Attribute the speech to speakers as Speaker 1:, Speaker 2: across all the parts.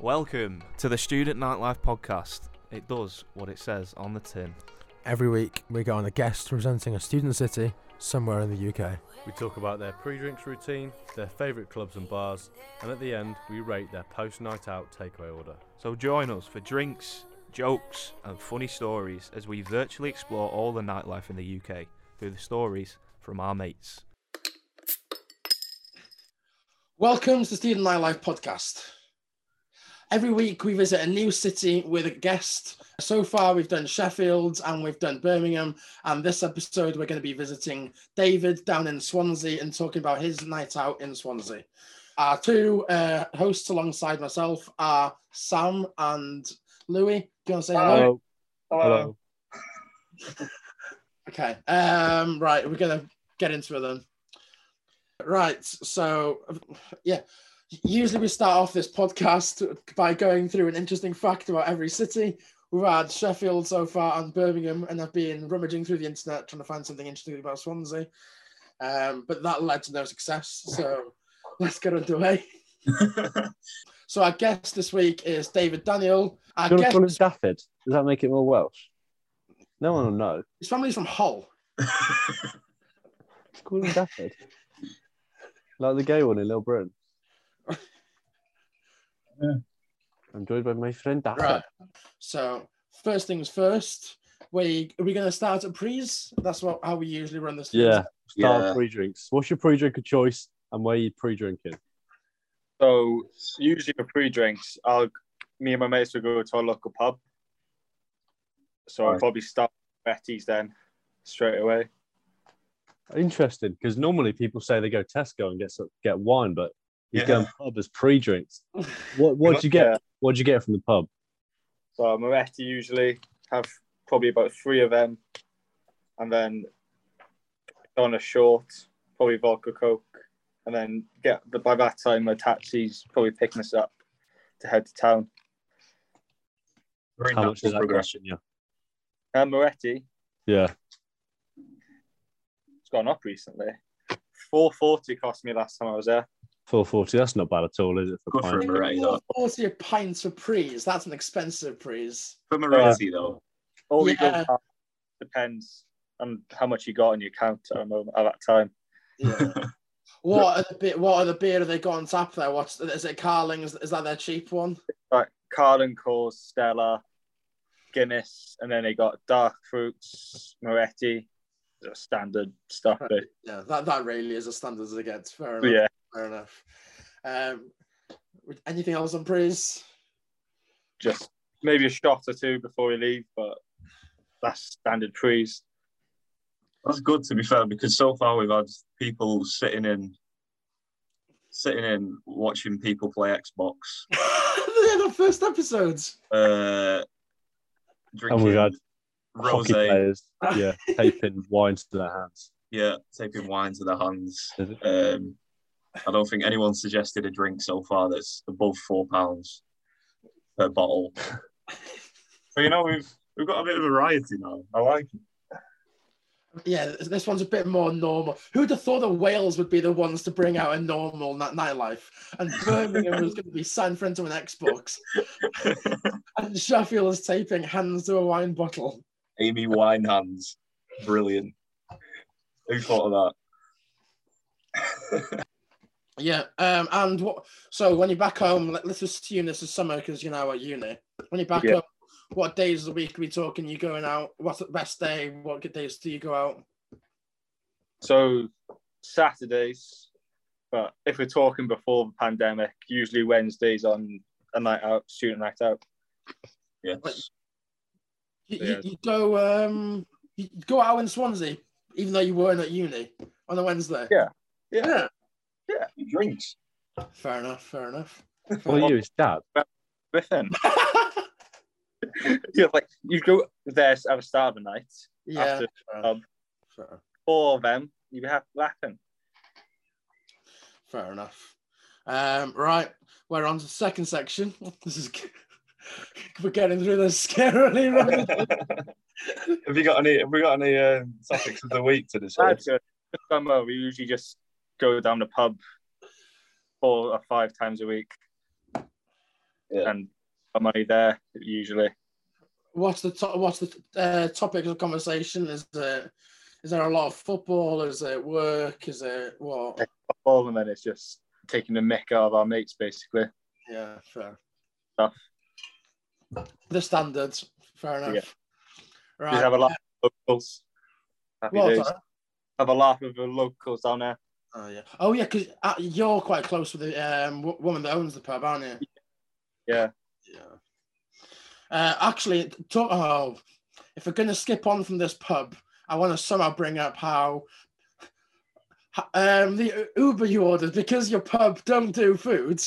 Speaker 1: Welcome to the Student Nightlife Podcast. It does what it says on the tin.
Speaker 2: Every week, we get on a guest representing a student city somewhere in the UK.
Speaker 3: We talk about their pre drinks routine, their favourite clubs and bars, and at the end, we rate their post night out takeaway order.
Speaker 1: So join us for drinks, jokes, and funny stories as we virtually explore all the nightlife in the UK through the stories from our mates.
Speaker 4: Welcome to the Student Nightlife Podcast. Every week we visit a new city with a guest. So far we've done Sheffield and we've done Birmingham. And this episode we're going to be visiting David down in Swansea and talking about his night out in Swansea. Our two uh, hosts alongside myself are Sam and Louis. Do you want to say hello?
Speaker 3: Hello.
Speaker 4: Okay. Um, right, we're gonna get into it then. Right, so yeah. Usually we start off this podcast by going through an interesting fact about every city. We've had Sheffield so far and Birmingham, and I've been rummaging through the internet trying to find something interesting about Swansea. Um, but that led to no success. So let's get underway. so our guest this week is David Daniel. Our
Speaker 5: Do you want to
Speaker 4: guest,
Speaker 5: call it Stafford? Does that make it more Welsh? No one will know.
Speaker 4: his family's from Hull.
Speaker 5: Just call him Stafford. like the gay one in Little Britain.
Speaker 6: Yeah.
Speaker 5: I'm joined by my friend Dafford.
Speaker 4: Right. So first things first, we are we gonna start at prees? That's what how we usually run this.
Speaker 5: Yeah. Start
Speaker 6: Yeah.
Speaker 5: pre-drinks. What's your pre-drink of choice and where are you pre-drinking?
Speaker 6: So usually for pre-drinks, I'll me and my mates will go to our local pub. So I'll
Speaker 5: Right.
Speaker 6: probably start with Betty's then straight away.
Speaker 5: Interesting, because normally people say they go Tesco and get some- get wine, but he's
Speaker 6: Yeah.
Speaker 5: going pub as pre-drinks. What what'd you get?
Speaker 6: Yeah.
Speaker 5: What'd you get from the pub?
Speaker 6: So Moretti usually have probably about three of them, and then on a short, probably vodka coke, and then get by that time my taxi's probably picking us up to head to town.
Speaker 5: How much is that question? Yeah.
Speaker 6: And Moretti,
Speaker 5: Yeah.
Speaker 6: it's gone up recently. Four forty cost me last time I was there.
Speaker 5: Four forty. That's not bad at all, is it? For
Speaker 7: Good for
Speaker 5: pint?
Speaker 7: him. Right, though.
Speaker 4: Forty pints for prees. That's an expensive prees.
Speaker 7: For Moretti, though,
Speaker 6: All we
Speaker 4: Yeah.
Speaker 6: yeah. go depends on how much you got on your account at, a moment, at that time.
Speaker 4: Yeah. what are the beer, what are the beer have they got on tap there? What's is it Carling? Is, is that their cheap one?
Speaker 6: Like Carlin Cause, Stella, Guinness, and then they got Dark Fruits, Moretti, the standard stuff. But
Speaker 4: Yeah, that, that really is as standard as it gets. Fair enough.
Speaker 6: yeah,
Speaker 4: Fair enough. Um, anything else on prees?
Speaker 6: just maybe a shot or two before we leave, but that's standard prees.
Speaker 7: that's good to be fair because so far we've had people sitting in, sitting in watching people play Xbox,
Speaker 4: They're the first episodes.
Speaker 7: uh,
Speaker 5: And
Speaker 7: drinking
Speaker 5: we've had
Speaker 7: rosé,
Speaker 5: hockey players, yeah, taping wine to their hands.
Speaker 7: yeah, taking wine to their hands.
Speaker 5: Is it?
Speaker 7: Um, I don't think anyone suggested a drink so far that's above four pounds per bottle. but you know we've we've got a bit of variety now. I like it.
Speaker 4: Yeah, this- this one's a bit more normal. Who'd have thought that Wales would be the ones to bring out a normal ni- nightlife? And Birmingham was going to be sat in front of an Xbox. and Sheffield is taping hands to a wine bottle.
Speaker 7: Amy Winehands. Brilliant. Who thought of that?
Speaker 4: Yeah. Um, and what? So when you're back home, let, let's assume this is summer because you're now at uni. When you're back
Speaker 6: Yeah.
Speaker 4: home, what days of the week are we talking? You going out? What's the best day? What good days do you go out?
Speaker 6: So Saturdays, but if we're talking before the pandemic, usually Wednesdays on a night out, student night out.
Speaker 7: yes.
Speaker 4: You,
Speaker 6: Yeah.
Speaker 4: you, you go. Um, you you go out in Swansea, even though you weren't at uni on a Wednesday.
Speaker 6: Yeah. Yeah.
Speaker 4: Yeah.
Speaker 7: Drinks.
Speaker 4: Fair enough. Fair enough.
Speaker 5: Well, you, his dad.
Speaker 6: Griffin. yeah, like you go there at the start of the night.
Speaker 4: yeah.
Speaker 6: After
Speaker 4: fair,
Speaker 6: um,
Speaker 4: fair,
Speaker 6: four of them, you have laughing.
Speaker 4: fair enough. Um, right, we're on to the second section. This is we're getting through this scarily. rapid.
Speaker 7: Have you got any? Have we got any uh, topics of the week to
Speaker 6: That's
Speaker 7: discuss?
Speaker 6: good. Summer, we usually just go down the pub four or five times a week.
Speaker 7: Yeah.
Speaker 6: and got money there usually.
Speaker 4: What's the to- what's the uh, topic of conversation? Is it is there a lot of football? Is it work? Is it what?
Speaker 6: All and then it's just taking the mick out of our mates basically.
Speaker 4: Yeah, fair.
Speaker 6: Tough.
Speaker 4: The standards, fair enough.
Speaker 6: Yeah.
Speaker 4: Right.
Speaker 6: Just have a laugh with the locals. Happy
Speaker 4: Well,
Speaker 6: days.
Speaker 4: sorry.
Speaker 6: Have a laugh with the locals down there.
Speaker 4: Oh yeah. Oh yeah, because uh, you're quite close with the um, w- woman that owns the pub, aren't you?
Speaker 6: Yeah.
Speaker 4: Yeah. Uh, actually, talk. Oh, if we're gonna skip on from this pub, I want to somehow bring up how h- um, the U- Uber you ordered because your pub don't do food.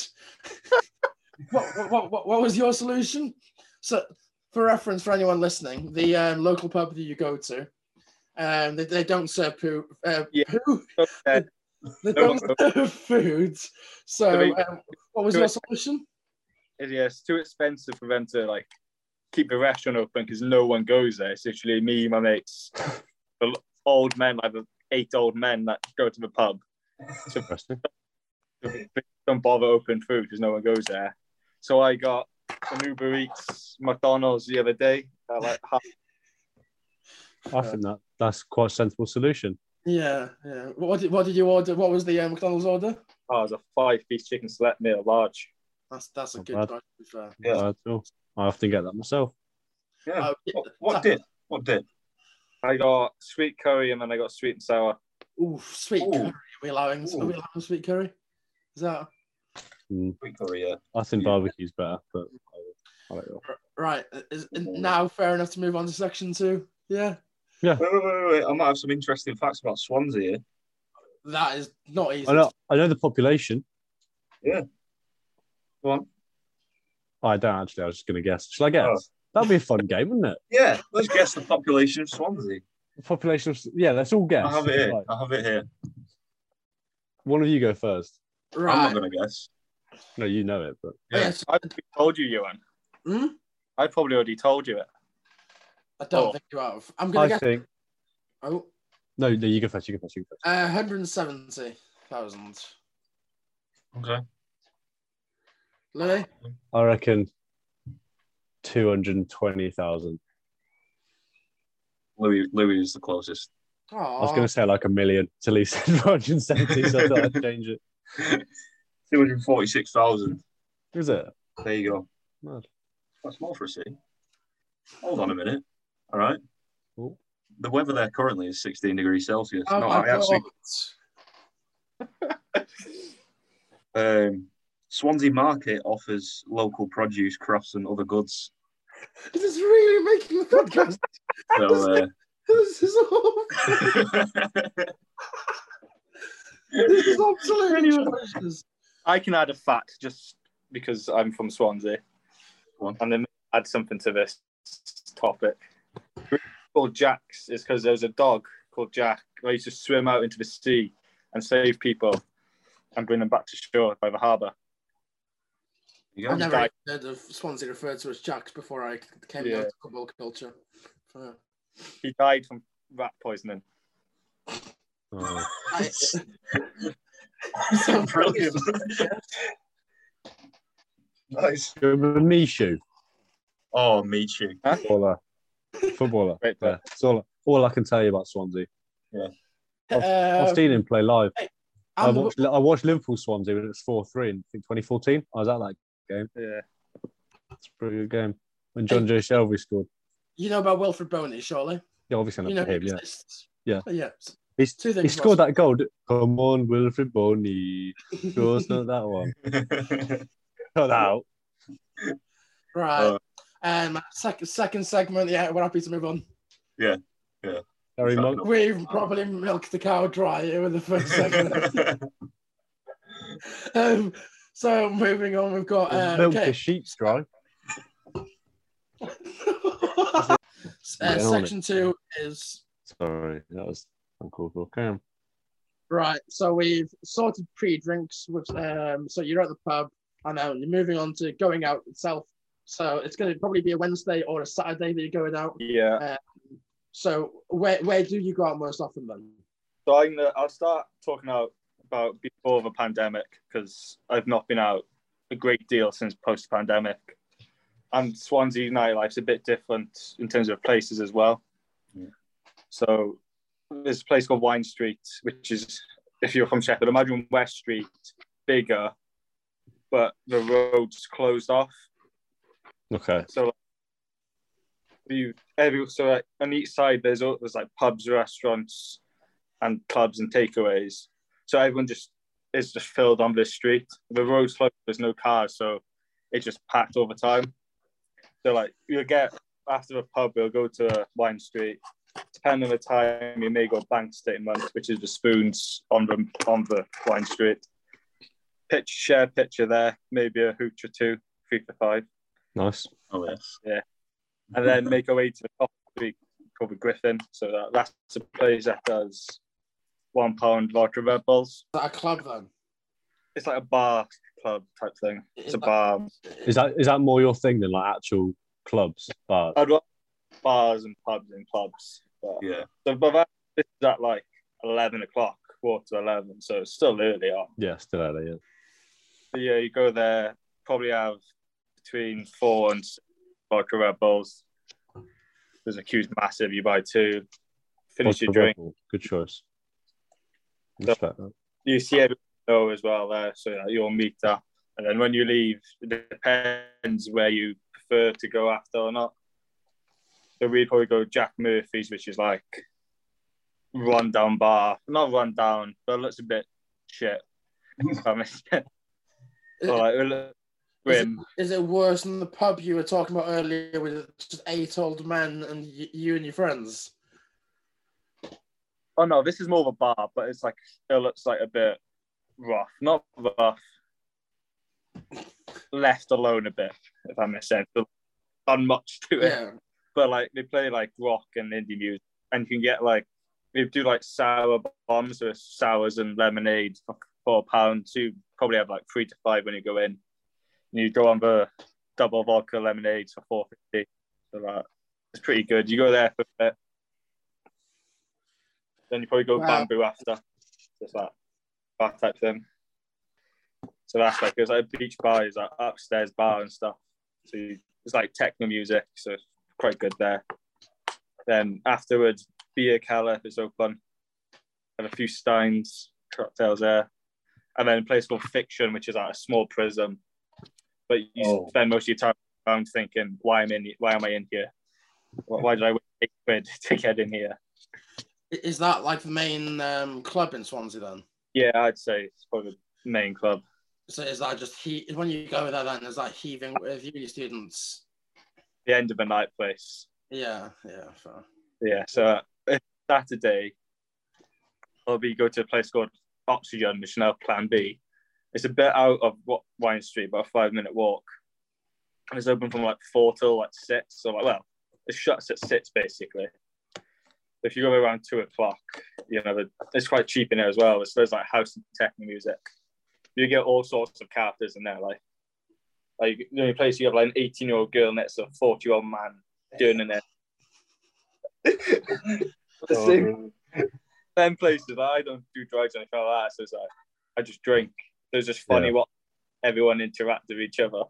Speaker 4: what, what, what, what was your solution? So, for reference for anyone listening, the um, local pub that you go to, um, they, they don't serve poo. Uh,
Speaker 6: Yeah.
Speaker 4: poo
Speaker 6: So, uh,
Speaker 4: they
Speaker 6: No
Speaker 4: don't
Speaker 6: one
Speaker 4: serve food.
Speaker 6: I
Speaker 4: So,
Speaker 6: mean,
Speaker 4: um, what was
Speaker 6: do
Speaker 4: your
Speaker 6: it.
Speaker 4: solution?
Speaker 6: yeah, it's too expensive for them to like keep the restaurant open because no one goes there. It's literally me, my mates, the l- old men, like the eight old men that go to the pub.
Speaker 5: Interesting.
Speaker 6: Don't bother opening food because no one goes there. So I got an Uber Eats McDonald's the other day. At like half,
Speaker 5: I think that that's quite a sensible solution.
Speaker 4: Yeah, yeah. What did, what did you order? What was the uh, McDonald's order?
Speaker 6: oh, it was a five-piece chicken select meal, large.
Speaker 4: That's that's a
Speaker 5: Not
Speaker 4: good
Speaker 5: bad.
Speaker 4: choice. To be fair.
Speaker 7: Yeah.
Speaker 5: Uh, so I often get that myself.
Speaker 7: Yeah.
Speaker 4: Uh,
Speaker 7: What, what did? What did?
Speaker 6: I got sweet curry and then I got sweet and sour.
Speaker 4: Ooh, sweet
Speaker 7: Ooh.
Speaker 4: curry. Are we allowing? Are we
Speaker 7: Ooh.
Speaker 4: allowing sweet curry? Is that
Speaker 7: Sweet curry, yeah.
Speaker 5: I think
Speaker 7: Yeah.
Speaker 5: barbecue's better, but I like that.
Speaker 4: right? Uh, Is, is
Speaker 7: Yeah.
Speaker 4: now fair enough to move on to section two? Yeah,
Speaker 7: Wait, wait, wait, wait. I might have some interesting facts about Swansea.
Speaker 4: that is not easy.
Speaker 5: I know I know the population.
Speaker 7: Go on.
Speaker 5: I don't actually. I was just going to guess. Shall I guess?
Speaker 7: Oh.
Speaker 5: That'd be a fun game, wouldn't it?
Speaker 7: Yeah, let's guess the population of Swansea.
Speaker 5: The population of yeah. Let's all guess.
Speaker 7: I have it here.
Speaker 5: Right,
Speaker 7: I have it here.
Speaker 5: one of you go first.
Speaker 7: I'm
Speaker 4: Right.
Speaker 7: not gonna guess.
Speaker 5: No, you know it, but
Speaker 7: Yeah.
Speaker 4: Yes.
Speaker 6: I told you, Ewan.
Speaker 4: Hmm?
Speaker 6: I probably already told you it.
Speaker 4: I don't
Speaker 6: Oh.
Speaker 4: think you have. I'm
Speaker 5: I
Speaker 4: gonna guess.
Speaker 5: think
Speaker 4: Oh,
Speaker 5: no. No, you go first. You go first. You go first.
Speaker 4: uh, 170,000.
Speaker 7: Okay.
Speaker 4: Louis?
Speaker 5: I reckon two hundred twenty thousand.
Speaker 7: Louis Louis is the closest.
Speaker 4: Oh,
Speaker 5: I was
Speaker 7: Ah.
Speaker 5: going to say like a million till he said four hundred seventy. so I thought I'd change it.
Speaker 7: Two hundred forty-six thousand.
Speaker 5: Is it?
Speaker 7: There you go.
Speaker 5: Mad.
Speaker 7: That's more for a city. Hold on a minute. All right.
Speaker 5: Oh.
Speaker 7: The weather there currently is sixteen degrees Celsius.
Speaker 4: Oh
Speaker 7: no,
Speaker 4: my
Speaker 7: I actually
Speaker 4: God.
Speaker 7: um, Swansea Market offers local produce, crafts, and other goods.
Speaker 4: This is really making the podcast.
Speaker 7: So, uh,
Speaker 4: This is awful. This is absolutely atrocious.
Speaker 6: I can add a fact just because I'm from Swansea.
Speaker 7: Go on.
Speaker 6: And then add something to this topic. The reason it's Called Jacks is because there was a dog called Jack who used to swim out into the sea and save people and bring them back to shore by the harbour.
Speaker 7: you
Speaker 4: I've
Speaker 7: go.
Speaker 4: never
Speaker 6: Jack.
Speaker 4: heard of Swansea referred to as Jacks before I came
Speaker 6: Yeah.
Speaker 4: down to football culture. Uh,
Speaker 6: He died from rat poisoning.
Speaker 5: Oh.
Speaker 4: I-
Speaker 7: so brilliant. nice.
Speaker 5: Go with Mishu,
Speaker 7: Oh, me too.
Speaker 5: footballer, footballer.
Speaker 6: Great player.
Speaker 5: Yeah, that's all. All I can tell you about Swansea.
Speaker 4: Uh, um,
Speaker 5: I've seen him play live. I
Speaker 4: I'm the-
Speaker 5: watched, I watched Liverpool Swansea when it was 4 3 in I think 2014. I was at that game.
Speaker 6: Yeah.
Speaker 5: It's a pretty good game. When John Joe Shelby scored.
Speaker 4: you know about Wilfred Boney, surely?
Speaker 5: Yeah, obviously not
Speaker 4: You know
Speaker 5: for him.
Speaker 4: he
Speaker 5: Yeah.
Speaker 4: exists.
Speaker 5: Yeah.
Speaker 4: yeah.
Speaker 5: He's,
Speaker 4: Two things
Speaker 5: he scored
Speaker 4: about-
Speaker 5: that goal. d- Come on, Wilfred Boney. Sure, it's not that one.
Speaker 7: uh,
Speaker 5: Cut that out. Uh,
Speaker 4: Right. Um, second second segment. Yeah, we're happy to move on.
Speaker 5: Gary
Speaker 7: Fair
Speaker 5: Monk.
Speaker 7: enough.
Speaker 4: We've probably milked the cow dry here in the first segment. um, so moving on, we've got uh,
Speaker 5: Milk
Speaker 4: okay.
Speaker 5: the sheep's dry.
Speaker 4: uh,
Speaker 5: Yeah, on
Speaker 4: section two is
Speaker 5: Sorry, that was uncalled for. Carry on.
Speaker 4: right. So we've sorted pre-drinks, which um, so you're at the pub, and now you're moving on to going out itself. So it's going to probably be a Wednesday or a Saturday that you're going out.
Speaker 6: Yeah.
Speaker 4: So where where do you go out most often then?
Speaker 6: So I'm gonna, I'll start talking out about before the pandemic because I've not been out a great deal since post pandemic. And Swansea nightlife's a bit different in terms of places as well.
Speaker 7: Yeah.
Speaker 6: So there's a place called Wine Street, which is if you're from Sheffield, imagine West Street bigger, but the road's closed off.
Speaker 5: Okay.
Speaker 6: So like, you every so like, on each side there's all there's like pubs, restaurants, and clubs and takeaways. So everyone just is just filled on this street. The road's closed. There's no cars, so it's just packed over time. So like you'll get after a pub, we'll go to Wine Street. Depending on the time, you may go Bank Statement, which is the spoons on the on the Wine Street. Pitch share a picture there, maybe a hooch or two, three to five
Speaker 5: Nice.
Speaker 7: Oh yes.
Speaker 6: Yeah. and then make our way to the top week called the Griffin. So that that's the place that does one pound vodka Red Bulls.
Speaker 4: Is that a club then?
Speaker 6: It's like a bar club type thing. It's a bar.
Speaker 5: Is that is that more your thing than like actual clubs, bars?
Speaker 6: I'd rather bars and pubs and clubs. But,
Speaker 7: Yeah.
Speaker 6: so, but that, this is at like eleven o'clock, quarter to eleven. So it's still early on.
Speaker 5: Yeah, still early. Yeah.
Speaker 6: But yeah, you go there, probably have between four and six vodka Red Bulls. There's a queue's massive. You buy two. Finish your
Speaker 5: Vodka Red
Speaker 6: drink.
Speaker 5: Bull. Good choice. Respect that.
Speaker 6: you see everyone you know as well there, so yeah, you'll meet up. And then when you leave, it depends where you prefer to go after or not. So we'd probably go Jack Murphy's, which is like run down bar, not run down, but it looks a bit shit. If that makes sense.
Speaker 4: Is,
Speaker 6: Or like it looks grim.
Speaker 4: is it worse than the pub you were talking about earlier with just eight old men and y- you and your friends?
Speaker 6: Oh no, this is more of a bar, but it's like it looks like a bit rough, not rough, left alone a bit, if that makes sense. Not much to it.
Speaker 4: Yeah.
Speaker 6: but like they play like rock and indie music, and you can get like they do like sour bombs or sours and lemonade for four pounds. You probably have like three to five when you go in, and you go on the double vodka lemonade for four fifty. So that it's pretty good. You go there for a bit, then you probably go
Speaker 4: Wow.
Speaker 6: bamboo after, just that that type thing. So that's like it's like a beach bar, it's like upstairs bar and stuff. So you, it's like techno music, so it's quite good there. Then afterwards, beer keller if it's open, and a few steins, cocktails there, and then a place called Fiction, which is like a small prison. But you
Speaker 7: Oh.
Speaker 6: spend most of your time around thinking, why am I in? Why am I in here? Why why did I wait eight quid to get in here?
Speaker 4: I- Is that like the main um, club in Swansea then?
Speaker 6: Yeah, I'd say it's probably the main club.
Speaker 4: So is that just he when you go there then is that heaving with uni students?
Speaker 6: The end of the night place.
Speaker 4: Yeah, yeah, fair.
Speaker 6: Yeah, so uh, Saturday, I'll be go to a place called Oxygen, which is now Plan B. It's a bit out of what Wine Street, about a five minute walk. And it's open from like four till like six. So like, well, it shuts at six basically. If you go around two o'clock, you know, the- it's quite cheap in there as well. It's, there's like house and techno music. You get all sorts of characters in there. Like, like the only place you have like an 18 year old girl next to a 40 year old man doing in there. the same them places like, I don't do drugs or anything like that. So it's like I just drink. So it's just funny
Speaker 5: Yeah.
Speaker 6: what everyone interact with each other.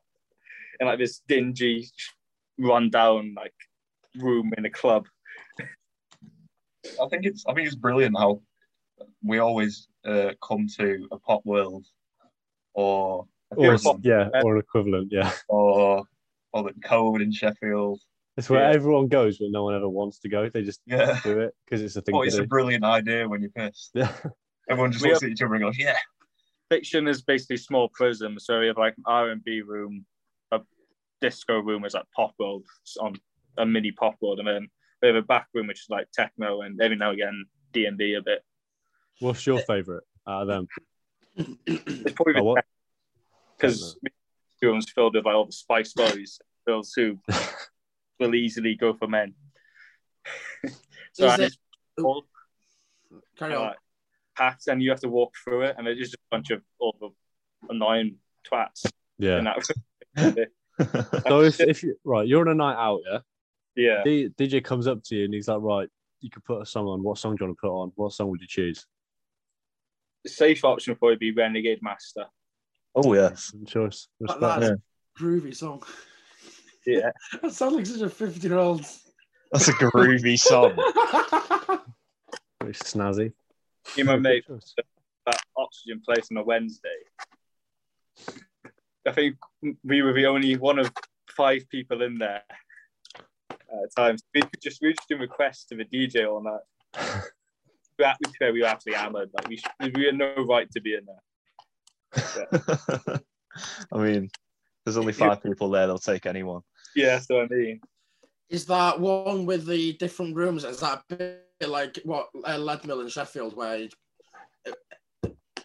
Speaker 6: And like this dingy run down like room in a club.
Speaker 7: I think it's I think it's brilliant how we always uh, come to a pop world or a
Speaker 5: Or,
Speaker 7: prison
Speaker 5: yeah, or an equivalent. Yeah.
Speaker 7: or or the COVID in Sheffield.
Speaker 5: It's where
Speaker 6: Yeah.
Speaker 5: everyone goes, but no one ever wants to go. They just
Speaker 7: Yeah.
Speaker 5: do it because it's a thing
Speaker 7: But
Speaker 5: to
Speaker 7: it's a
Speaker 5: do.
Speaker 7: brilliant idea when you're pissed.
Speaker 5: Yeah.
Speaker 7: Everyone just
Speaker 6: We
Speaker 7: looks at each other and goes, "Yeah,
Speaker 6: Fiction is basically small prism, so we have like an R and B room, a disco room is like pop world it's on a mini pop world, and then we have a back room which is like techno and every now and again D and D a bit.
Speaker 5: What's your favourite out of them?
Speaker 6: It's probably
Speaker 5: Oh, what?
Speaker 6: because the room's filled with like all the Spice Boys, girls who will easily go for men. so
Speaker 4: Is
Speaker 6: and
Speaker 4: it-
Speaker 6: it's all
Speaker 4: Carry on.
Speaker 6: like packed, and you have to walk through it, and it's just a bunch of all the annoying twats.
Speaker 5: Yeah.
Speaker 6: In that
Speaker 5: So if, if you right, you're on a night out, yeah.
Speaker 6: yeah,
Speaker 5: D- DJ comes up to you and he's like, right, you could put a song on. What song do you want to put on? What song would you choose?
Speaker 6: the safe option would probably be Renegade Master.
Speaker 5: Oh yes, choice.
Speaker 4: That,
Speaker 5: Respect.
Speaker 4: that's
Speaker 5: yeah.
Speaker 4: a groovy song.
Speaker 6: Yeah.
Speaker 4: That sounds like such a 50 year old.
Speaker 8: That's a groovy song.
Speaker 5: Pretty snazzy.
Speaker 6: Me and my mate
Speaker 5: Good choice.
Speaker 6: that oxygen place on a Wednesday. I think we were the only one of five people in there uh, at the time. We could just we were just doing requests to the DJ all night. we, were, to be fair, we were absolutely hammered. Like we, sh- we had no right to be in there.
Speaker 8: I mean, there's only five people there. They'll take anyone.
Speaker 6: Yeah, so I mean,
Speaker 4: Is that one with the different rooms? Is that a bit like what uh, Leadmill in Sheffield, where you-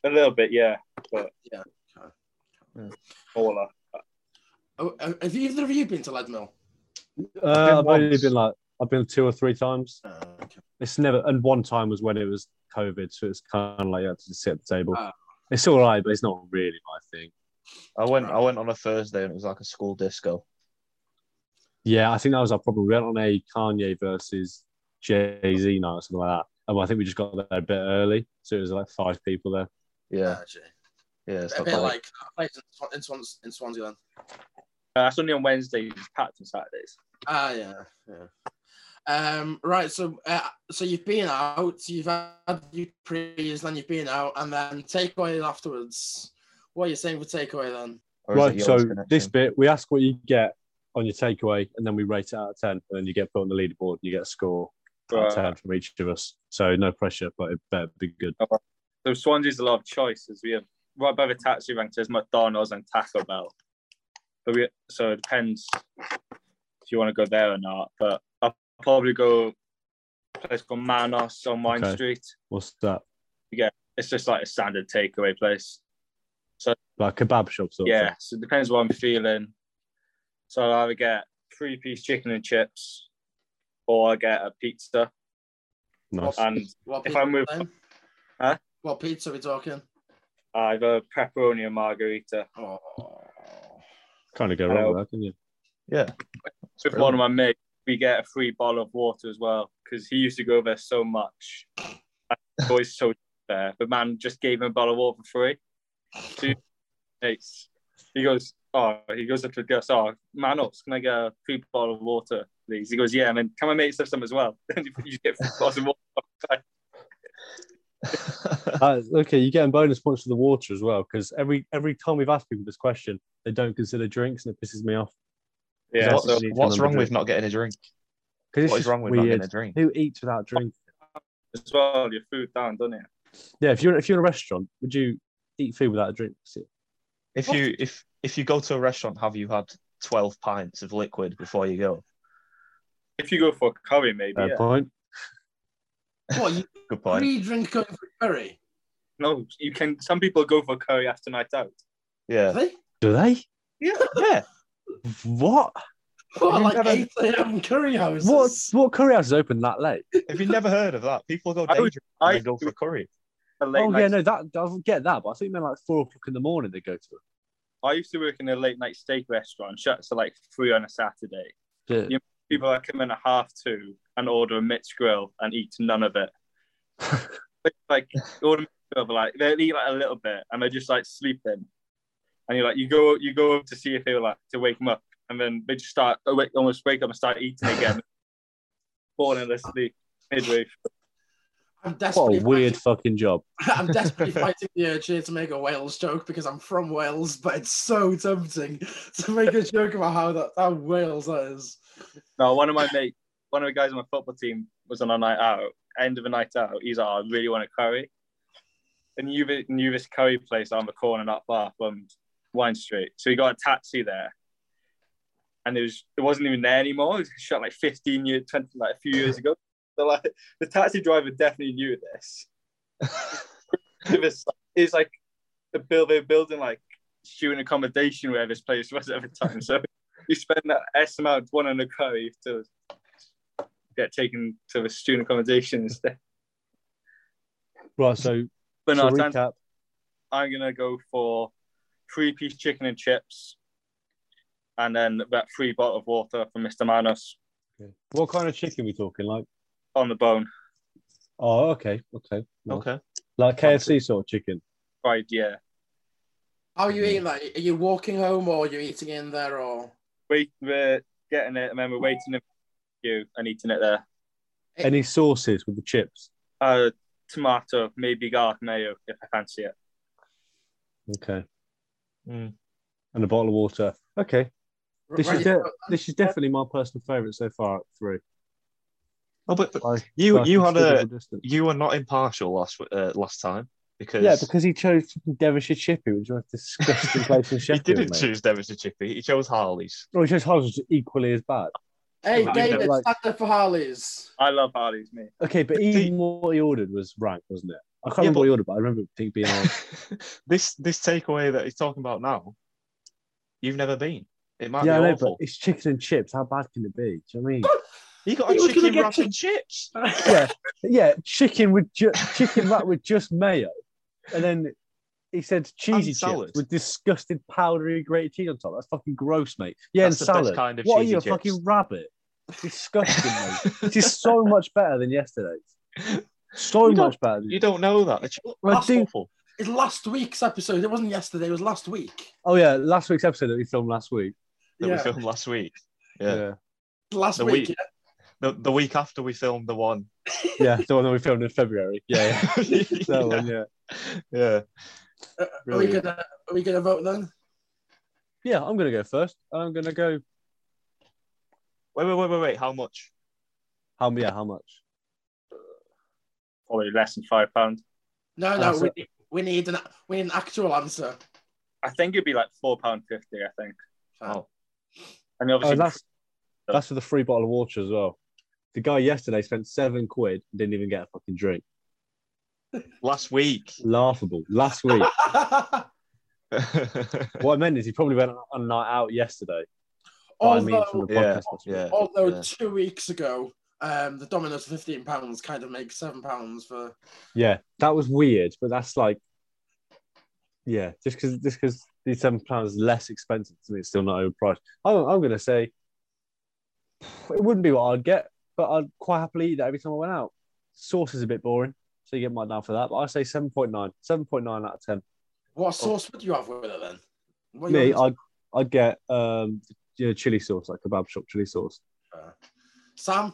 Speaker 6: a little bit, yeah,
Speaker 4: yeah.
Speaker 6: all that.
Speaker 4: Oh, uh, have either of you been to Leadmill?
Speaker 5: Uh, I've only
Speaker 8: once.
Speaker 5: been like I've been two or three times.
Speaker 4: Uh, okay.
Speaker 5: It's never and one time was when it was COVID, so it's kind of like you had to just sit at the table.
Speaker 4: Ah.
Speaker 5: It's all right, but it's not really my thing.
Speaker 8: I went. I went on a Thursday and it was like a school disco.
Speaker 5: Yeah, I think that was our problem. We went on a Kanye versus Jay Z night or something like that, and I think we just got there a bit early, so it was like five people there.
Speaker 8: Yeah,
Speaker 4: Actually.
Speaker 8: yeah. It's
Speaker 4: a
Speaker 8: not
Speaker 4: bit
Speaker 8: bad.
Speaker 4: like that place in, Swan- in, Swans, in Swansea then.
Speaker 6: Uh, that's only on Wednesdays, it's packed on Saturdays.
Speaker 4: Ah, yeah, yeah. Um, right, so uh, so you've been out, you've had your pre's, then you've been out, and then takeaway afterwards. What are you saying for takeaway then?
Speaker 8: Or is it
Speaker 5: Right,
Speaker 8: yours
Speaker 5: so
Speaker 8: connection?
Speaker 5: this bit we ask what you get on your takeaway, and then we rate it out of ten, and then you get put on the leaderboard, and you get a score out of
Speaker 6: Right.
Speaker 5: ten from each of us. So no pressure, but it better be good.
Speaker 6: So Swansea's a lot of choices. We have right by the taxi rank there's McDonald's and Taco Bell. But we so it depends if you want to go there or not. But I'll probably go a place called Manos on Wine
Speaker 5: Okay.
Speaker 6: Street.
Speaker 5: What's that?
Speaker 6: It's just like a standard takeaway place.
Speaker 5: Like kebab shops? Sort of
Speaker 6: Yeah. So it depends what I'm feeling. So I'll either get three piece chicken and chips or I get a pizza.
Speaker 5: thing? Nice.
Speaker 6: And
Speaker 4: What
Speaker 6: If I'm with-
Speaker 4: then?
Speaker 6: Huh?
Speaker 4: What pizza are we talking?
Speaker 6: either pepperoni and margarita.
Speaker 4: Oh,
Speaker 5: Kind of go
Speaker 6: Hello.
Speaker 5: wrong there, can you?
Speaker 8: Yeah.
Speaker 6: with one of my mates, we get a free bottle of water as well because he used to go there so much. I was always so there. The man just gave him a bottle of water for free. Two mates. He goes, oh, he goes up to the girl. Oh, man, ups, can I get a free bottle of water, please? He goes, yeah, and then can my mates have some as well? And you get free bottles of water.
Speaker 5: Uh, okay, you're getting bonus points for the water as well because every every time we've asked people this question, they don't consider drinks, and it pisses me off.
Speaker 6: Yeah,
Speaker 8: what's,
Speaker 6: so
Speaker 5: you need to
Speaker 8: what's
Speaker 5: remember
Speaker 8: wrong with
Speaker 5: drink.
Speaker 8: not getting a drink?
Speaker 5: Because it's
Speaker 8: What is
Speaker 5: just
Speaker 8: wrong with not
Speaker 5: weird.
Speaker 8: getting a drink?
Speaker 5: Who eats without drinking?
Speaker 6: as well, your food down, doesn't it?
Speaker 5: Yeah, if you're if you're in a restaurant, would you eat food without a drink?
Speaker 8: If
Speaker 4: What?
Speaker 8: you if if you go to a restaurant, have you had twelve pints of liquid before you go?
Speaker 6: If you go for a curry, maybe.
Speaker 5: Fair
Speaker 6: yeah.
Speaker 5: point.
Speaker 4: what you
Speaker 8: Good point.
Speaker 4: pre-drink going for curry?
Speaker 6: No, you can. Some people go for curry after night out.
Speaker 4: Are
Speaker 8: Yeah,
Speaker 4: they?
Speaker 5: Do they?
Speaker 8: yeah.
Speaker 5: What?
Speaker 4: What
Speaker 8: You've
Speaker 4: like
Speaker 8: never-
Speaker 4: eight a.m. curry houses?
Speaker 5: What? What curry house is open that late?
Speaker 8: Have you never heard of that? People go
Speaker 6: I
Speaker 8: day
Speaker 6: would-
Speaker 8: drink and
Speaker 6: I-
Speaker 8: they go for curry.
Speaker 6: A late
Speaker 5: oh
Speaker 6: night
Speaker 5: yeah, no, that I don't get that, but I think they're like four o'clock in the morning. They go to it.
Speaker 6: I used to work in a late night steak restaurant, shuts at like three on a Saturday.
Speaker 5: Yeah.
Speaker 6: You- People that come in at half two and order a mixed grill and eat none of it. But, like order a mixed grill, but like they'll eat like a little bit and they're just like sleeping. And you're like you go you go up to see if they were like to wake them up and then they just start oh, wait, almost wake up and start eating again. Falling asleep midway.
Speaker 4: I'm
Speaker 5: What
Speaker 4: desperately
Speaker 5: a weird
Speaker 4: fighting-
Speaker 5: fucking job.
Speaker 4: I'm desperately fighting the urge here to make a Wales joke because I'm from Wales, but it's so tempting to make a joke about how that how Wales that is.
Speaker 6: No, one of my mates, one of the guys on my football team was on a night out. End of a night out, he's like, "Oh, I really want a curry. And knew, thi- knew this curry place on the corner not far from Wine Street. So he got a taxi there. And it, was, it wasn't even there anymore. It was shot like 15 years, 20, like a few years ago. So like the taxi driver definitely knew this. it was, it was like the build, they were building like student accommodation where this place was at the time. So you spend that S amount one on a curry to get taken to the student accommodation instead.
Speaker 5: Right, so
Speaker 6: But
Speaker 5: to
Speaker 6: no, Dan,
Speaker 5: recap,
Speaker 6: I'm gonna go for three piece chicken and chips, and then that free bottle of water from Mr. Manos
Speaker 5: what kind of chicken are we talking? Like,
Speaker 6: on the bone.
Speaker 5: oh, okay, okay, nice.
Speaker 8: Okay.
Speaker 5: like KFC sort of chicken.
Speaker 6: Fried, yeah.
Speaker 4: How are you eating that? Are you walking home or are you eating in there or?
Speaker 6: Wait, we're getting it, and then we're waiting in you and eating it there.
Speaker 5: Any sauces with the chips?
Speaker 6: Uh, tomato, maybe garlic mayo if I fancy it.
Speaker 5: Okay.
Speaker 8: Mm.
Speaker 5: And a bottle of water. Okay. This
Speaker 4: Right,
Speaker 5: is de- this is definitely my personal favourite so far at three.
Speaker 8: Oh, but, but
Speaker 5: I-
Speaker 8: you
Speaker 5: I
Speaker 8: you
Speaker 5: can
Speaker 8: had
Speaker 5: still
Speaker 8: a
Speaker 5: go distance.
Speaker 8: you were not impartial last w- uh, last time because
Speaker 5: yeah because he chose fucking Devonshire Chippy, which was a disgusting place in
Speaker 8: he
Speaker 5: Sheffield.
Speaker 8: didn't
Speaker 5: mate.
Speaker 8: choose Devonshire Chippy. He chose Harley's.
Speaker 5: Well, he chose Harley's, which is equally as bad.
Speaker 4: Hey,
Speaker 6: Like,
Speaker 4: David,
Speaker 5: like-
Speaker 4: stand up for Harley's.
Speaker 6: I love Harley's, mate.
Speaker 5: Okay, but
Speaker 8: But
Speaker 5: even
Speaker 8: the-
Speaker 5: what he ordered was rank, wasn't it? I can't
Speaker 8: Yeah,
Speaker 5: remember
Speaker 8: but-
Speaker 5: what he ordered, but I remember it being- being on.
Speaker 8: this this takeaway that he's talking about now, you've never been. It might
Speaker 5: yeah, I
Speaker 8: be
Speaker 5: know, but
Speaker 8: awful.
Speaker 5: it's chicken and chips. How bad can it be? Do you know what I mean?
Speaker 8: He got a
Speaker 4: He was gonna
Speaker 8: chicken
Speaker 4: get
Speaker 8: wrap
Speaker 4: chi-
Speaker 8: and chips.
Speaker 5: yeah, yeah, chicken with ju- chicken wrap with just mayo, and then he said cheesy
Speaker 8: And salad.
Speaker 5: chips with disgusted powdery grated cheese on top. That's fucking gross, mate. Yeah,
Speaker 8: That's
Speaker 5: and
Speaker 8: the best
Speaker 5: salad.
Speaker 8: kind of
Speaker 5: what are
Speaker 8: cheesy
Speaker 5: you, a
Speaker 8: chips.
Speaker 5: fucking rabbit? Disgusting, mate. This is so much better than yesterday's. So
Speaker 8: You don't-
Speaker 5: much better. Than-
Speaker 8: You don't know that. The ch-
Speaker 5: Well, I
Speaker 8: That's
Speaker 5: do-
Speaker 8: awful.
Speaker 4: It's last week's episode. It wasn't yesterday. It was last week.
Speaker 5: oh yeah, last week's episode that we filmed last week.
Speaker 8: that we
Speaker 4: Yeah,
Speaker 8: filmed last week. Yeah.
Speaker 4: last
Speaker 8: The
Speaker 4: week.
Speaker 8: week. The, the week after we filmed the one.
Speaker 5: yeah, the one that we filmed in February. Yeah, yeah. that one. Yeah,
Speaker 8: yeah.
Speaker 4: yeah. Uh, Are we
Speaker 5: Brilliant.
Speaker 4: gonna Are we gonna vote then?
Speaker 5: yeah. I'm gonna go first. I'm gonna go.
Speaker 8: Wait, wait, wait, wait, wait. How much?
Speaker 5: How? Yeah, how much?
Speaker 6: Probably less than five pounds.
Speaker 4: No,
Speaker 5: Uh,
Speaker 4: no.
Speaker 5: so-
Speaker 4: we, need, we need an we need an actual answer.
Speaker 6: I think it'd be like four pound fifty. I think.
Speaker 8: Oh.
Speaker 6: And
Speaker 5: Oh,
Speaker 6: obviously,
Speaker 5: that's that's for the free bottle of water as well. The guy yesterday spent seven quid and didn't even get a fucking drink.
Speaker 8: Last week.
Speaker 5: Laughable. Last week.
Speaker 8: yeah,
Speaker 5: what I meant is he probably went on a night out yesterday. What Oh, I mean from
Speaker 4: although
Speaker 5: the
Speaker 8: Oh, yeah,
Speaker 5: podcast. last week.
Speaker 8: yeah.
Speaker 4: although two weeks ago, um, the Domino's fifteen pounds kind of makes seven pounds for.
Speaker 5: Yeah, That was weird, but that's like yeah, just because just because the seven pounds is less expensive to me, it's still not overpriced. I'm, I'm gonna say it wouldn't be what I'd get, but I'd quite happily eat that every time I went out. Sauce is a bit boring, so you get mine down for that. But I say 7.9, 7.9 out of ten.
Speaker 8: Oh.
Speaker 4: What sauce would you have with it then? What are you
Speaker 5: Me,
Speaker 4: having-
Speaker 5: I'd, I'd get um, you know, chili sauce, like kebab shop chili sauce.
Speaker 4: Sam,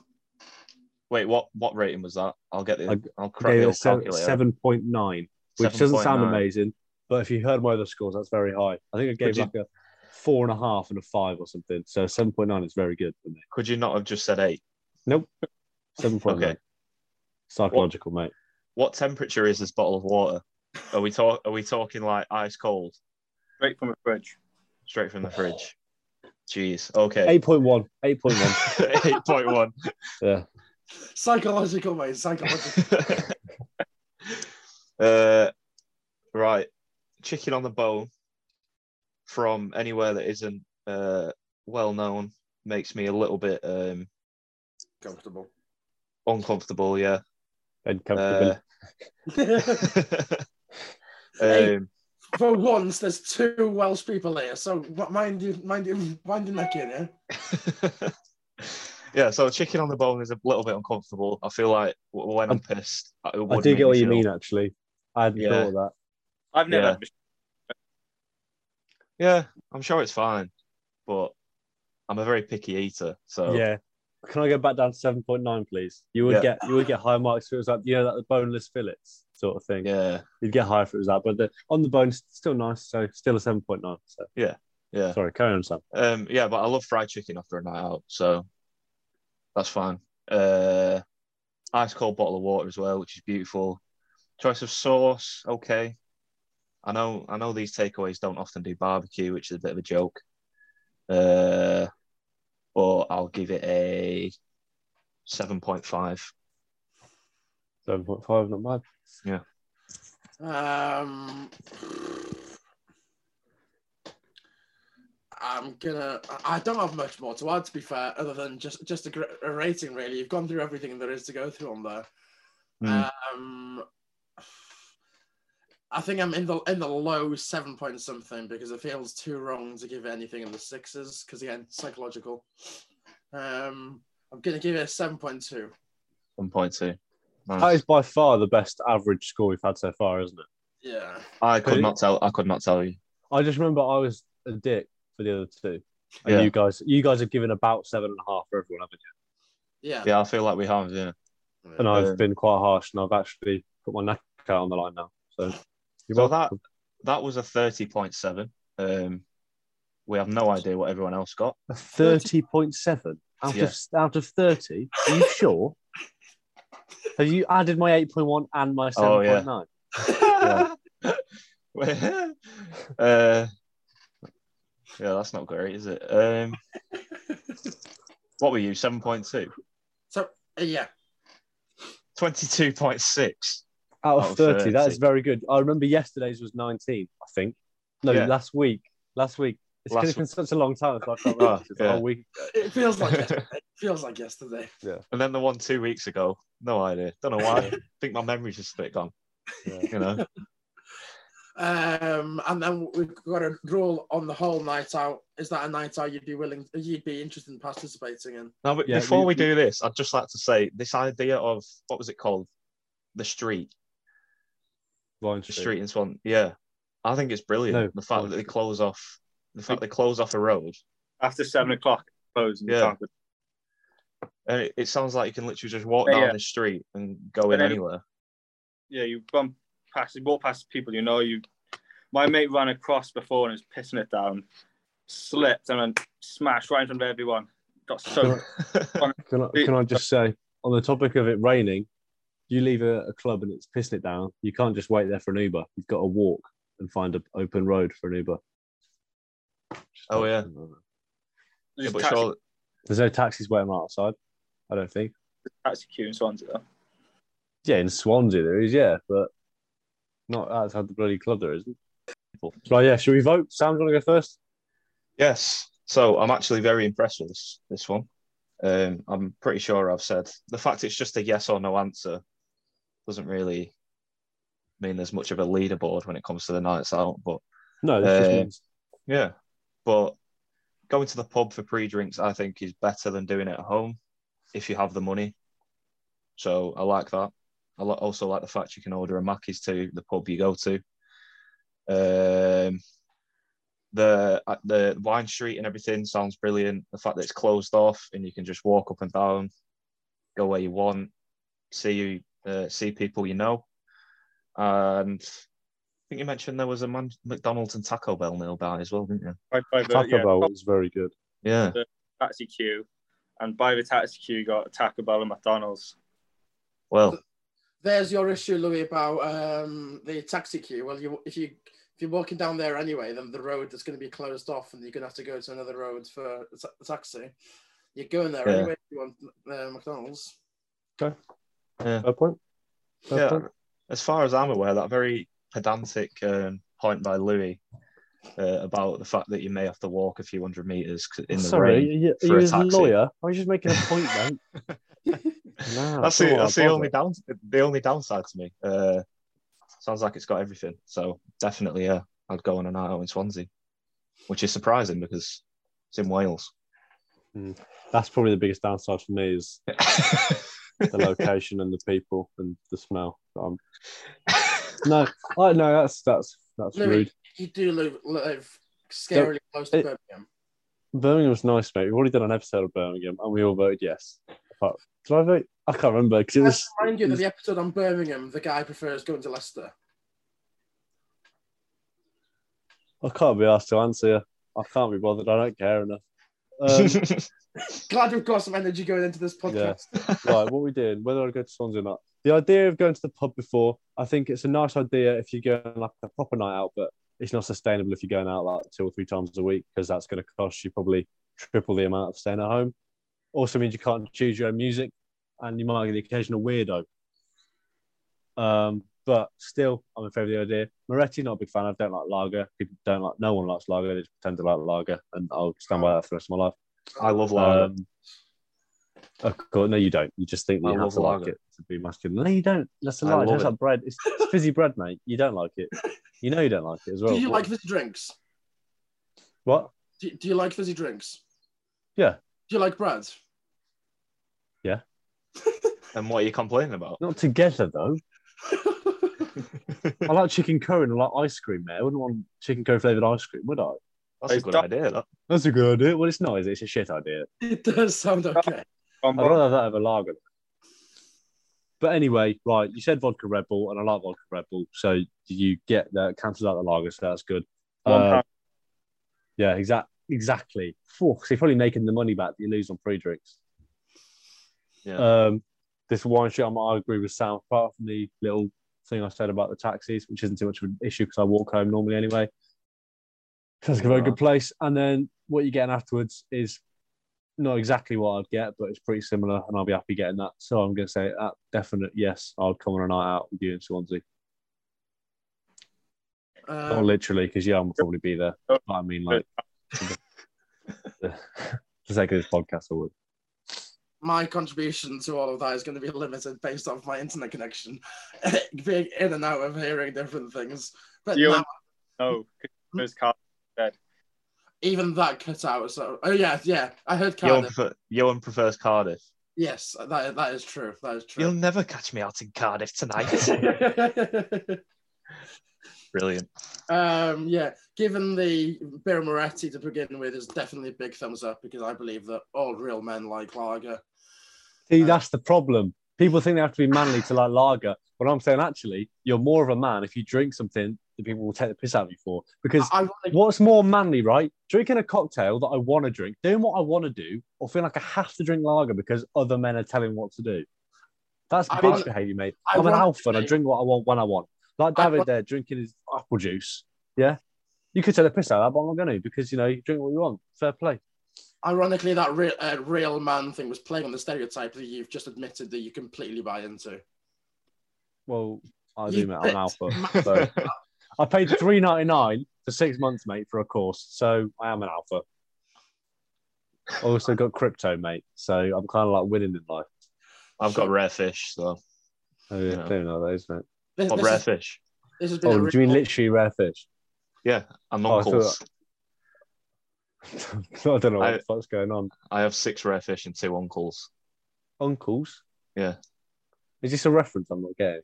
Speaker 8: Wait, what what rating was that? I'll get the.
Speaker 5: I-
Speaker 8: I'll crack
Speaker 5: Okay,
Speaker 8: the old
Speaker 5: that's seven,
Speaker 8: calculator.
Speaker 5: 7.9, which doesn't sound
Speaker 8: 7.9.
Speaker 5: amazing, but if you heard my other scores, that's very high. I think I gave
Speaker 8: Would you-
Speaker 5: like a four and a half and a five or something. So 7.9 is very good for me.
Speaker 8: Could you not have just said eight?
Speaker 5: 7.9.
Speaker 8: Okay.
Speaker 5: Psychological, mate.
Speaker 8: What temperature is this bottle of water? Are we talk? Are we talking like ice cold,
Speaker 6: straight from the fridge.
Speaker 8: straight from the fridge? Jeez. Okay.
Speaker 5: 8.1, 8.1.
Speaker 8: Eight point one.
Speaker 5: yeah.
Speaker 4: psychological mate, psychological.
Speaker 8: uh, right, chicken on the bone from anywhere that isn't uh, well known makes me a little bit um,
Speaker 4: comfortable.
Speaker 8: uncomfortable. Yeah.
Speaker 5: And
Speaker 8: Uh,
Speaker 5: comfortable.
Speaker 4: Hey.
Speaker 8: um,
Speaker 4: For once, there's two Welsh people here, so what- mind you, mind you, mind your neck in here.
Speaker 8: yeah, so chicken on the bone is a little bit uncomfortable. I feel like w- when I'm pissed, I- it
Speaker 5: I
Speaker 8: would
Speaker 5: do
Speaker 8: make
Speaker 5: get what
Speaker 8: me
Speaker 5: you
Speaker 8: feel-
Speaker 5: mean, actually. I hadn't
Speaker 8: Yeah.
Speaker 5: thought of that.
Speaker 6: I've never.
Speaker 8: Yeah.
Speaker 6: had this-
Speaker 8: Yeah, I'm sure it's fine, but I'm a very picky eater, so
Speaker 5: Yeah. Can I go back down to seven point nine, please? You would
Speaker 8: Oh. Yeah.
Speaker 5: get you would get high marks if it was like you know that the boneless fillets sort of thing.
Speaker 8: yeah,
Speaker 5: You'd get higher if it was that, but the, on the bone, still nice. So still a seven point nine. So
Speaker 8: yeah.
Speaker 5: sorry, carry on, Sam.
Speaker 8: Um, yeah, but I love fried chicken after a night out, so that's fine. Uh, ice cold bottle of water as well, which is beautiful. Choice of sauce, okay. I know, I know these takeaways don't often do barbecue, which is a bit of a joke. Uh, but I'll give it a seven point five.
Speaker 5: Seven point five, not bad.
Speaker 4: Um, I'm gonna. I- I don't have much more to add, to be fair, other than just just a, gr- a rating. Really, you've gone through everything there is to go through on there.
Speaker 8: Mm.
Speaker 4: Um, I think I'm in the in the low seven point something because it feels too wrong to give anything in the sixes because again psychological. Um, I'm gonna give it a seven point two.
Speaker 8: One point two.
Speaker 5: That is by far the best average score we've had so far, isn't it?
Speaker 4: Yeah.
Speaker 8: I could not tell. I could not tell you.
Speaker 5: I just remember I was a dick for the other two. And
Speaker 8: Yeah.
Speaker 5: you guys, you guys have given about seven and a half for everyone, haven't
Speaker 4: Yeah.
Speaker 8: Yeah, I feel like we have. Yeah,
Speaker 5: you? And I've
Speaker 8: Um,
Speaker 5: been quite harsh, and I've actually put my neck out on the line now. So, you're
Speaker 8: so
Speaker 5: welcome.
Speaker 8: that that was a thirty point seven. Um, we have no idea what everyone else got.
Speaker 5: A thirty point seven out
Speaker 8: Yeah.
Speaker 5: of out of thirty. Are you sure? Have you added my eight point one and my
Speaker 8: Oh,
Speaker 5: seven
Speaker 8: yeah.
Speaker 5: point nine?
Speaker 8: Yeah. uh, yeah, that's not great, is it? Um, what were you? 7.2?
Speaker 4: So uh, yeah,
Speaker 8: 22.6.
Speaker 5: Out of
Speaker 8: Out of
Speaker 5: thirty, that is
Speaker 8: 30.
Speaker 5: very good. I remember yesterday's was nineteen, I think. No,
Speaker 8: Yeah.
Speaker 5: last week. Last week. It's 'cause
Speaker 8: Last
Speaker 5: it's been such a long time. It's like,
Speaker 8: Oh,
Speaker 5: it's
Speaker 8: yeah.
Speaker 5: a week.
Speaker 4: it feels like yesterday. it feels like yesterday.
Speaker 8: And then the one two weeks ago, no idea. Don't know why. I think my memory's just a bit gone. You know,
Speaker 4: Um, and then we've got a rule on the whole night out. Is that a night out you'd be willing, you'd be interested in participating in?
Speaker 8: now, but
Speaker 5: Yeah,
Speaker 8: before
Speaker 5: we-
Speaker 8: we, do this, I'd just like to say this idea of what was it called? The street,
Speaker 5: Vine
Speaker 8: the
Speaker 5: Street.
Speaker 8: street in Swan. Yeah, I think it's brilliant.
Speaker 5: No,
Speaker 8: the fact
Speaker 5: Vine
Speaker 8: that they
Speaker 5: Street.
Speaker 8: close off, the fact they close off a road,
Speaker 6: After seven o'clock, close. and
Speaker 8: Yeah.
Speaker 6: start with-
Speaker 8: and it, it sounds like you can literally just walk
Speaker 6: Yeah,
Speaker 8: down
Speaker 6: yeah.
Speaker 8: the street and go in
Speaker 6: And then-
Speaker 8: anywhere.
Speaker 6: yeah, you bump past, you walk past people you know. You, my mate ran across before and was pissing it down, slipped and then smashed right in front of everyone. Got so
Speaker 5: Can I, can I just say, on the topic of it raining, you leave a, a club and it's pissing it down. You can't just wait there for an Uber. You've got to walk and find an open road for an Uber.
Speaker 8: Oh, yeah. Yeah,
Speaker 6: just
Speaker 8: but
Speaker 6: taxi,
Speaker 8: surely,
Speaker 5: There's no taxis waiting right outside. I don't think.
Speaker 6: taxi queue in Swansea. Though.
Speaker 5: Yeah, in Swansea there is, yeah, but not outside the bloody club there isn't. Right, yeah, should we vote? Sam's gonna go first?
Speaker 8: Yes. So I'm actually very impressed with this this one. Um, I'm pretty sure I've said the fact it's just a yes or no answer doesn't really mean there's much of a leaderboard when it comes to the nights out. But
Speaker 5: No, this just
Speaker 8: Uh,
Speaker 5: means
Speaker 8: yeah, but going to the pub for pre-drinks, I think, is better than doing it at home if you have the money. So I like that. I li- also like the fact you can order a Mackey's to the pub you go to. Um, the uh, the wine street and everything sounds brilliant. The fact that it's closed off and you can just walk up and down, go where you want, see you uh, see people you know, and I think you mentioned there was a man, McDonald's and Taco Bell nearby as well, didn't you?
Speaker 6: By, by the,
Speaker 5: Taco
Speaker 6: yeah,
Speaker 5: Bell was very good.
Speaker 8: Yeah.
Speaker 6: taxi queue, and by the taxi queue, you got Taco Bell and McDonald's.
Speaker 8: Well,
Speaker 4: There's your issue, Louis, about um, the taxi queue. Well, you if you if you're walking down there anyway, then the road is going to be closed off, and you're going to have to go to another road for a ta- taxi. You're going there
Speaker 8: Yeah.
Speaker 4: anyway. If you want uh, McDonald's.
Speaker 5: Fair point. Fair
Speaker 8: yeah.
Speaker 5: point.
Speaker 8: As far as I'm aware, that very pedantic um, point by Louis uh, about the fact that you may have to walk a few hundred meters 'cause- in the
Speaker 5: Sorry,
Speaker 8: rain.
Speaker 5: are you,
Speaker 8: for
Speaker 5: are
Speaker 8: a
Speaker 5: you a
Speaker 8: taxi.
Speaker 5: lawyer? I was just making a point, mate. nah,
Speaker 8: that's
Speaker 5: come
Speaker 8: the,
Speaker 5: on,
Speaker 8: that's the
Speaker 5: bother.
Speaker 8: only down the only downside to me. Uh, sounds like it's got everything. So definitely, yeah, I'd go on a night out in Swansea, which is surprising because it's in Wales.
Speaker 5: That's probably the biggest downside for me is the location and the people and the smell. Um, no, I no, that's that's that's
Speaker 4: Louis,
Speaker 5: rude.
Speaker 4: you do live, live scarily close to
Speaker 5: it-
Speaker 4: Birmingham.
Speaker 5: Birmingham's nice, mate. We've already done an episode of Birmingham, and we all voted yes. But did I vote? I can't remember because it
Speaker 4: Can I
Speaker 5: was.
Speaker 4: just remind you that the episode on Birmingham, the guy prefers going to Leicester.
Speaker 5: I can't be asked to answer. you. I can't be bothered. I don't care enough. Um,
Speaker 4: Glad we've got some energy going into this podcast.
Speaker 5: right, what we doing? Whether I go to Swansea or not. The idea of going to the pub before, I think it's a nice idea if you go on like a proper night out, but it's not sustainable if you're going out like two or three times a week because that's going to cost you probably triple the amount of staying at home. Also means you can't choose your own music, and you might get the occasional weirdo. Um, but still, I'm in favour of the idea. Moretti, not a big fan. I don't like lager. People don't like. No one likes lager. They just pretend to like lager, and I'll stand by that for the rest of my life.
Speaker 8: I love Lager.
Speaker 5: Um, of course, no, you don't. You just think that
Speaker 8: I
Speaker 5: you
Speaker 8: love
Speaker 5: have to like
Speaker 8: lager.
Speaker 5: it to be masculine. No, you don't. That's a
Speaker 8: I
Speaker 5: lie. It
Speaker 8: love
Speaker 5: tastes
Speaker 8: it.
Speaker 5: like bread. It's, it's fizzy bread, mate. You don't like it. You know you don't like it as well.
Speaker 4: do you like
Speaker 5: what?
Speaker 4: fizzy drinks?
Speaker 5: what?
Speaker 4: Do, do you like fizzy drinks?
Speaker 5: Yeah.
Speaker 4: Do you like bread?
Speaker 8: and what are you complaining about?
Speaker 5: Not together though. I like chicken curry and I like ice cream, mate. I wouldn't want chicken curry flavored ice cream, would I?
Speaker 6: That's
Speaker 8: That's a good
Speaker 6: dark
Speaker 8: idea. That.
Speaker 5: That's a good idea. Well, it's not, is it? It's a shit idea.
Speaker 4: It does sound
Speaker 5: Uh,
Speaker 4: okay.
Speaker 5: I'd
Speaker 6: combo.
Speaker 5: rather have that over lager. But anyway, right, you said vodka Red Bull, and I like vodka Red Bull, so you get that cancels out the lager, so that's good.
Speaker 6: One
Speaker 5: Uh,
Speaker 6: pound.
Speaker 5: yeah, exact, exactly. Four, so you're probably making the money back that you lose on free drinks.
Speaker 8: Yeah.
Speaker 5: Um, this wine shit, I'm- I agree with Sam, apart from the little thing I said about the taxis, which isn't too much of an issue because I walk home normally anyway. Sounds like a very good place. And then what you're getting afterwards is not exactly what I'd get, but it's pretty similar, and I'll be happy getting that. So I'm going to say that definite yes, I'll come on a night out with you in Swansea. not
Speaker 4: Um,
Speaker 5: Oh, literally, because yeah, I'll probably be there. But I mean, like, for the sake of this podcast, I would.
Speaker 4: my contribution to all of that is going to be limited based off my internet connection, being in and out of hearing different things. But
Speaker 6: You-
Speaker 4: now,
Speaker 6: No, 'cause there's car.
Speaker 4: even that cut out. So, oh yeah, yeah, I heard
Speaker 8: Johan,
Speaker 4: Cardiff.
Speaker 8: prefer- Johan prefers Cardiff.
Speaker 4: Yes, that that is true. That is
Speaker 8: You'll
Speaker 4: true.
Speaker 8: never catch me out in Cardiff tonight. Brilliant.
Speaker 4: um, yeah, given the beer Moretti to begin with is definitely a big thumbs up because I believe that all real men like lager.
Speaker 5: See,
Speaker 4: Uh,
Speaker 5: that's the problem. People think they have to be manly to like lager. But I'm saying, actually, you're more of a man if you drink something that people will take the piss out of you for. Because
Speaker 4: I, I wanna-
Speaker 5: what's more manly, right? Drinking a cocktail that I want to drink, doing what I want to do, or feel like I have to drink lager because other men are telling what to do. That's
Speaker 4: I
Speaker 5: bitch
Speaker 4: want-
Speaker 5: behavior, mate.
Speaker 4: I
Speaker 5: I'm an
Speaker 4: want-
Speaker 5: alpha and I drink what I want when I want. Like
Speaker 4: I
Speaker 5: David
Speaker 4: want-
Speaker 5: there drinking his apple juice. Yeah. You could take the piss out of that, but I'm not going to because, you know, you drink what you want. Fair play.
Speaker 4: Ironically, that real, uh, real man thing was playing on the stereotype that you've just admitted that you completely buy into.
Speaker 5: Well, I do,
Speaker 4: You
Speaker 5: mate. I'm an
Speaker 4: bitch.
Speaker 5: alpha. So. I paid three ninety nine for six months, mate, for a course. So I am an alpha. I also got crypto, mate. So I'm kind of like winning in life.
Speaker 8: I've got rare fish, so.
Speaker 5: Oh, yeah,
Speaker 8: Yeah.
Speaker 5: don't know those, mate.
Speaker 4: This,
Speaker 8: What
Speaker 4: this,
Speaker 8: rare
Speaker 4: has,
Speaker 8: fish?
Speaker 4: this has been a
Speaker 5: Oh,
Speaker 4: real,
Speaker 5: do you mean literally rare fish?
Speaker 8: Yeah, homuncles.
Speaker 5: thought- I don't know what
Speaker 8: I-
Speaker 5: the fuck's going on.
Speaker 8: I have six rare fish and two uncles.
Speaker 5: Uncles?
Speaker 8: Yeah.
Speaker 5: Is this a reference I'm not getting?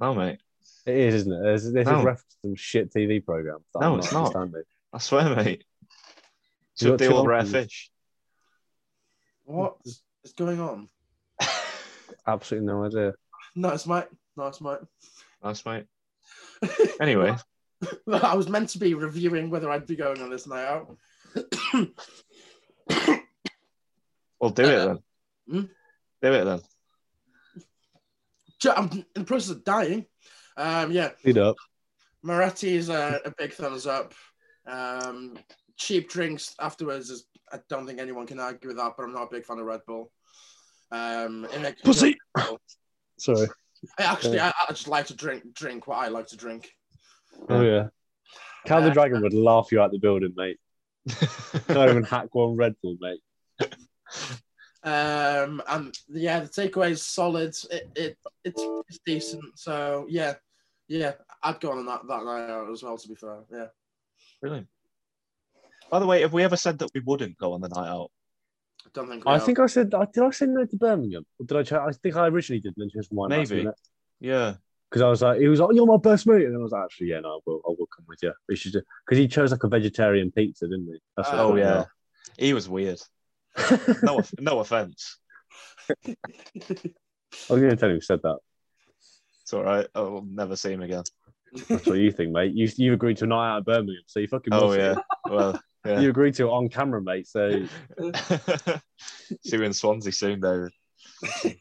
Speaker 8: No, mate.
Speaker 5: It is, isn't it? This, this
Speaker 8: No.
Speaker 5: is a reference to some shit TV program. that
Speaker 8: No,
Speaker 5: I'm
Speaker 8: it's not.
Speaker 5: understanding.
Speaker 8: I swear, mate.
Speaker 5: You
Speaker 8: So
Speaker 5: got
Speaker 8: they
Speaker 5: two
Speaker 8: all rare
Speaker 5: uncles.
Speaker 8: fish.
Speaker 4: what is going on?
Speaker 5: Absolutely no idea.
Speaker 4: No, it's my, no, it's my.
Speaker 8: Nice, mate. Anyway,
Speaker 4: I was meant to be reviewing whether I'd be going on this night out.
Speaker 8: we'll do it then.
Speaker 4: Hmm?
Speaker 8: Do it then.
Speaker 4: Ju- I'm in the process of dying. Um, yeah,
Speaker 5: Lead up.
Speaker 4: Moretti is a, a big thumbs up. Um, cheap drinks afterwards is I don't think anyone can argue with that, but I'm not a big fan of Red Bull. Um, it makes-
Speaker 5: Pussy. Sorry.
Speaker 4: I actually, I, I just like to drink drink what I like to drink.
Speaker 5: Oh yeah. Cal the Dragon would laugh you out the building, mate. Not even hack one Red Bull, mate.
Speaker 4: Um, and yeah, the takeaway is solid. It, it it's, it's decent. So yeah, yeah, I'd go on that that night out as well. To be fair, yeah.
Speaker 8: Brilliant. By the way, have we ever said that we wouldn't go on the night out?
Speaker 4: I don't think. we
Speaker 5: I
Speaker 4: are.
Speaker 5: think I said I did I say no to Birmingham? Or did I try, I think I originally did mention just one
Speaker 8: Maybe. Yeah.
Speaker 5: Because I was like, he was like, "Oh, "You're my best mate," and I was like, "Actually, yeah, no, I will, I will come with you." We should because he chose like a vegetarian pizza, didn't he? That's what
Speaker 4: Oh,
Speaker 8: Oh
Speaker 5: I
Speaker 8: yeah. He was weird.
Speaker 5: remember.
Speaker 8: No, off- no offense.
Speaker 5: I was going to tell him who said that.
Speaker 8: It's all right. I will never see him again.
Speaker 5: That's what you think, mate. You you agreed to a night out at Birmingham, so you fucking.
Speaker 8: Oh
Speaker 5: must
Speaker 8: yeah.
Speaker 5: have.
Speaker 8: Well, yeah.
Speaker 5: You agreed to it on camera, mate. So
Speaker 8: see you in Swansea soon, David.